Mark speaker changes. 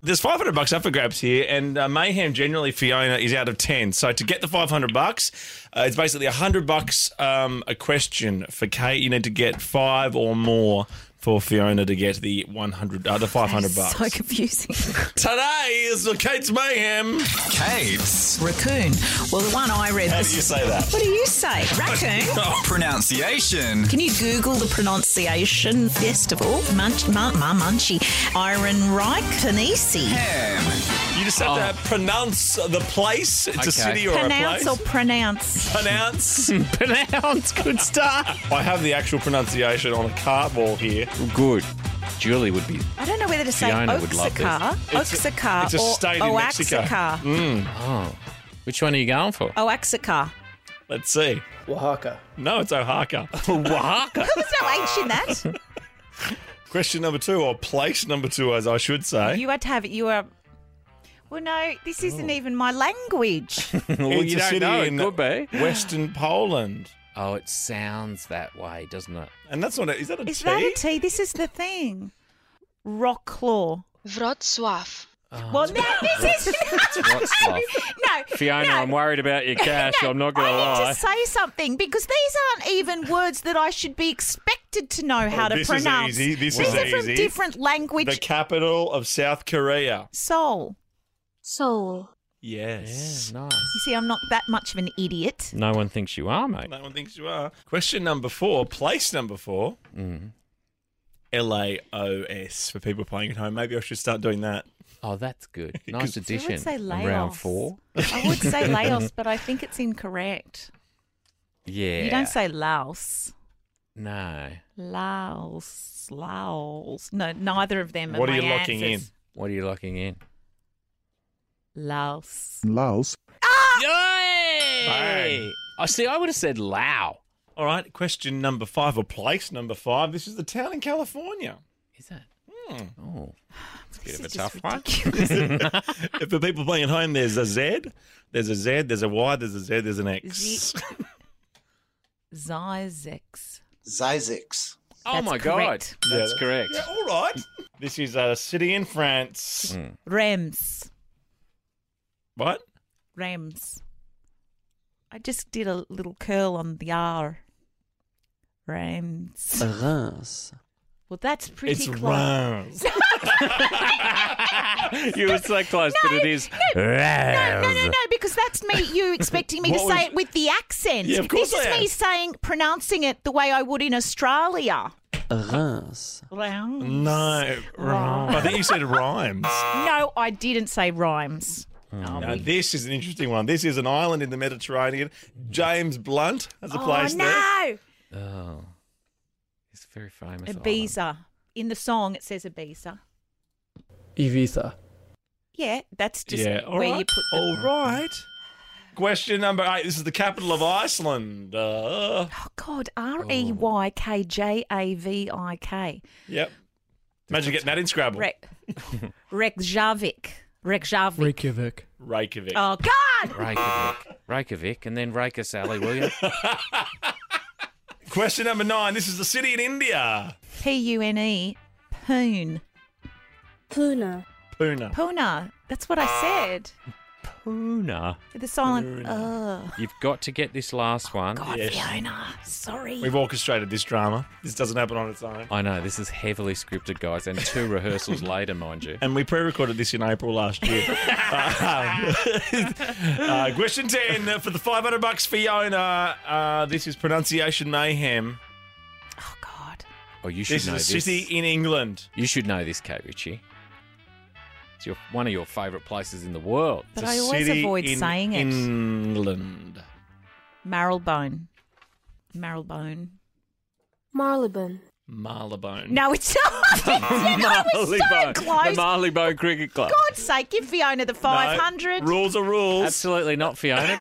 Speaker 1: there's 500 bucks up for grabs here, and uh, Mayhem generally Fiona is out of 10. So to get the 500 bucks, uh, it's basically 100 bucks um, a question for Kate. You need to get five or more for Fiona to get the 100, uh, the 500 bucks.
Speaker 2: So confusing.
Speaker 1: Today is Kate's Mayhem.
Speaker 3: Kate's
Speaker 2: Raccoon. Well, the one I read
Speaker 3: How do
Speaker 2: was.
Speaker 3: you say that?
Speaker 2: What do you say? Raccoon?
Speaker 3: Pronunciation.
Speaker 2: Can you Google the pronunciation festival? Munch, ma, ma, munchy. Iron Reich, Panisi.
Speaker 3: Ham.
Speaker 1: You just have to pronounce the place. It's a
Speaker 3: Oh. Okay.
Speaker 1: city or
Speaker 2: Pronounce
Speaker 1: a
Speaker 2: or
Speaker 1: place.
Speaker 2: pronounce?
Speaker 1: pronounce.
Speaker 4: Pronounce. Good start.
Speaker 1: I have the actual pronunciation on a cardboard here.
Speaker 4: Good. Julie would be.
Speaker 2: I don't know whether to say
Speaker 4: Fiona would love this.
Speaker 2: Oaxacar,
Speaker 1: It's a-
Speaker 2: Oaxacar,
Speaker 1: it's a
Speaker 2: or
Speaker 1: state in Mexico. Hmm?
Speaker 2: Oaxacar.
Speaker 4: Which one are you going for?
Speaker 2: Oaxacar.
Speaker 1: Let's see.
Speaker 5: Oaxaca.
Speaker 1: No, it's Oaxaca.
Speaker 4: Oaxaca.
Speaker 2: There's no H in that.
Speaker 1: Question number two, or place number two, as I should say.
Speaker 2: You had to have it. You were. Well, no, this
Speaker 1: Oh.
Speaker 2: isn't even my language.
Speaker 4: well,
Speaker 1: it's
Speaker 4: you
Speaker 1: a
Speaker 4: don't
Speaker 1: city
Speaker 4: know. It
Speaker 1: in
Speaker 4: could be.
Speaker 1: Western Poland.
Speaker 4: Oh, it sounds that way, doesn't it?
Speaker 1: And that's not a, is that a
Speaker 2: Is
Speaker 1: T?
Speaker 2: that a T? This is the thing. Rock claw.
Speaker 6: Wrocław.
Speaker 1: Oh,
Speaker 2: well, no, this is.
Speaker 4: Wrocław.
Speaker 2: no.
Speaker 4: Fiona,
Speaker 2: no.
Speaker 4: I'm worried about your cash.
Speaker 2: No,
Speaker 4: I'm not going to
Speaker 2: I need
Speaker 4: lie.
Speaker 2: to say something because these aren't even words that I should be expected to know how
Speaker 1: Oh,
Speaker 2: to
Speaker 1: this is
Speaker 2: pronounce.
Speaker 1: easy. This
Speaker 2: these
Speaker 1: is
Speaker 2: are from
Speaker 1: easy.
Speaker 2: different language.
Speaker 1: The capital of South Korea.
Speaker 2: Seoul.
Speaker 6: Seoul.
Speaker 1: Yes.
Speaker 4: Yeah,
Speaker 2: You
Speaker 4: nice.
Speaker 2: see, I'm not that much of an idiot.
Speaker 4: No one thinks you are, mate.
Speaker 1: No one thinks you are. Question number four, place number four.
Speaker 4: Mm-hmm.
Speaker 1: LAOS for people playing at home. Maybe I should start doing that.
Speaker 4: Oh, that's good. Nice
Speaker 2: I
Speaker 4: addition.
Speaker 2: would say
Speaker 4: in
Speaker 2: Laos.
Speaker 4: round four.
Speaker 2: I would say Laos, but I think it's incorrect.
Speaker 4: Yeah.
Speaker 2: You don't say Laos.
Speaker 4: No.
Speaker 2: Laos. Laos. No, neither of them.
Speaker 1: What
Speaker 2: are,
Speaker 1: are
Speaker 2: my
Speaker 1: you locking in?
Speaker 2: answers.
Speaker 4: What are you locking in?
Speaker 2: Laos.
Speaker 7: Laos.
Speaker 2: Ah!
Speaker 4: Hey! I see. I would have said Lao.
Speaker 1: All right, question number five, or place number five. This is the town in California.
Speaker 4: Is that?
Speaker 1: Hmm.
Speaker 4: Oh,
Speaker 2: This
Speaker 1: of a
Speaker 2: is just
Speaker 1: tough one.
Speaker 2: ridiculous.
Speaker 1: If for people playing at home, there's a Z, there's a Z, there's a Y, there's a Z, there's an X.
Speaker 2: Z- Zyzex.
Speaker 5: Zizix.
Speaker 4: oh
Speaker 2: That's
Speaker 4: my
Speaker 2: correct.
Speaker 4: God. That's correct.
Speaker 1: Yeah, all right. This is a city in France.
Speaker 2: Mm. Rems.
Speaker 1: What?
Speaker 2: Rems. I just did a little curl on the R. Rems.
Speaker 5: Reims.
Speaker 2: Well, that's pretty
Speaker 1: it's
Speaker 2: close.
Speaker 1: Reims.
Speaker 4: you were so close, but it is.
Speaker 2: No, no, no, no, because that's me. You expecting me to
Speaker 1: What
Speaker 2: say
Speaker 1: was-
Speaker 2: it with the accent?
Speaker 1: Yeah, of course
Speaker 2: This
Speaker 1: I
Speaker 2: is me
Speaker 1: am.
Speaker 2: saying pronouncing it the way I would in Australia.
Speaker 5: Reims.
Speaker 2: No,
Speaker 1: No, rhymes. I think you said rhymes.
Speaker 2: I didn't say rhymes. Oh,
Speaker 1: Now,
Speaker 2: we-
Speaker 1: this is an interesting one. This is an island in the Mediterranean. James Blunt has a
Speaker 2: Oh,
Speaker 1: place there.
Speaker 2: no,
Speaker 4: Oh, it's very famous. island.
Speaker 2: Ibiza. In the song, it says Ibiza.
Speaker 5: Ibiza.
Speaker 2: Yeah, that's just
Speaker 1: yeah, all
Speaker 2: where
Speaker 1: right.
Speaker 2: you put the.
Speaker 1: all right. Question number eight. This is the capital of Iceland. Uh,
Speaker 2: Oh God, R E Y K J A V I K.
Speaker 1: yep. Imagine getting that in Scrabble.
Speaker 2: Rek Reykjavik. Reykjavik.
Speaker 5: Reykjavik.
Speaker 1: Reykjavik.
Speaker 2: oh God!
Speaker 4: Reykjavik, Reykjavik, and then Reykjavik, Sally, will you?
Speaker 1: Question number nine. This is the city in India.
Speaker 2: P U N E. Poon.
Speaker 6: Pune.
Speaker 1: Pune.
Speaker 2: Puna. That's what I
Speaker 1: Ah.
Speaker 2: said.
Speaker 4: Puna.
Speaker 2: The silent. Oh,
Speaker 4: You've got to get this last one.
Speaker 2: God,
Speaker 1: Yes.
Speaker 2: Fiona. Sorry.
Speaker 1: We've orchestrated this drama. This doesn't happen on its own.
Speaker 4: I know this is heavily scripted, guys, and two rehearsals later, mind you.
Speaker 1: And we pre-recorded this in April last year. Uh, uh, question ten uh, for the five hundred bucks, Fiona. Uh, this is pronunciation mayhem.
Speaker 2: oh God.
Speaker 4: Oh, you should
Speaker 1: This is
Speaker 4: know
Speaker 1: a
Speaker 4: this.
Speaker 1: city in England.
Speaker 4: You should know this, Kate Ritchie. It's your, one of your favourite places in the world.
Speaker 2: But
Speaker 1: It's a
Speaker 2: I always
Speaker 1: city
Speaker 2: avoid
Speaker 1: in
Speaker 2: saying it.
Speaker 1: England.
Speaker 2: Marylebone. Marylebone.
Speaker 6: Marylebone.
Speaker 1: Marylebone.
Speaker 2: No, it's not. I was so
Speaker 4: Marleybone.
Speaker 2: close.
Speaker 4: The Marleybone Cricket Club.
Speaker 2: God's sake, give Fiona the
Speaker 1: No,
Speaker 2: 500.
Speaker 1: rules are rules.
Speaker 4: Absolutely not, Fiona.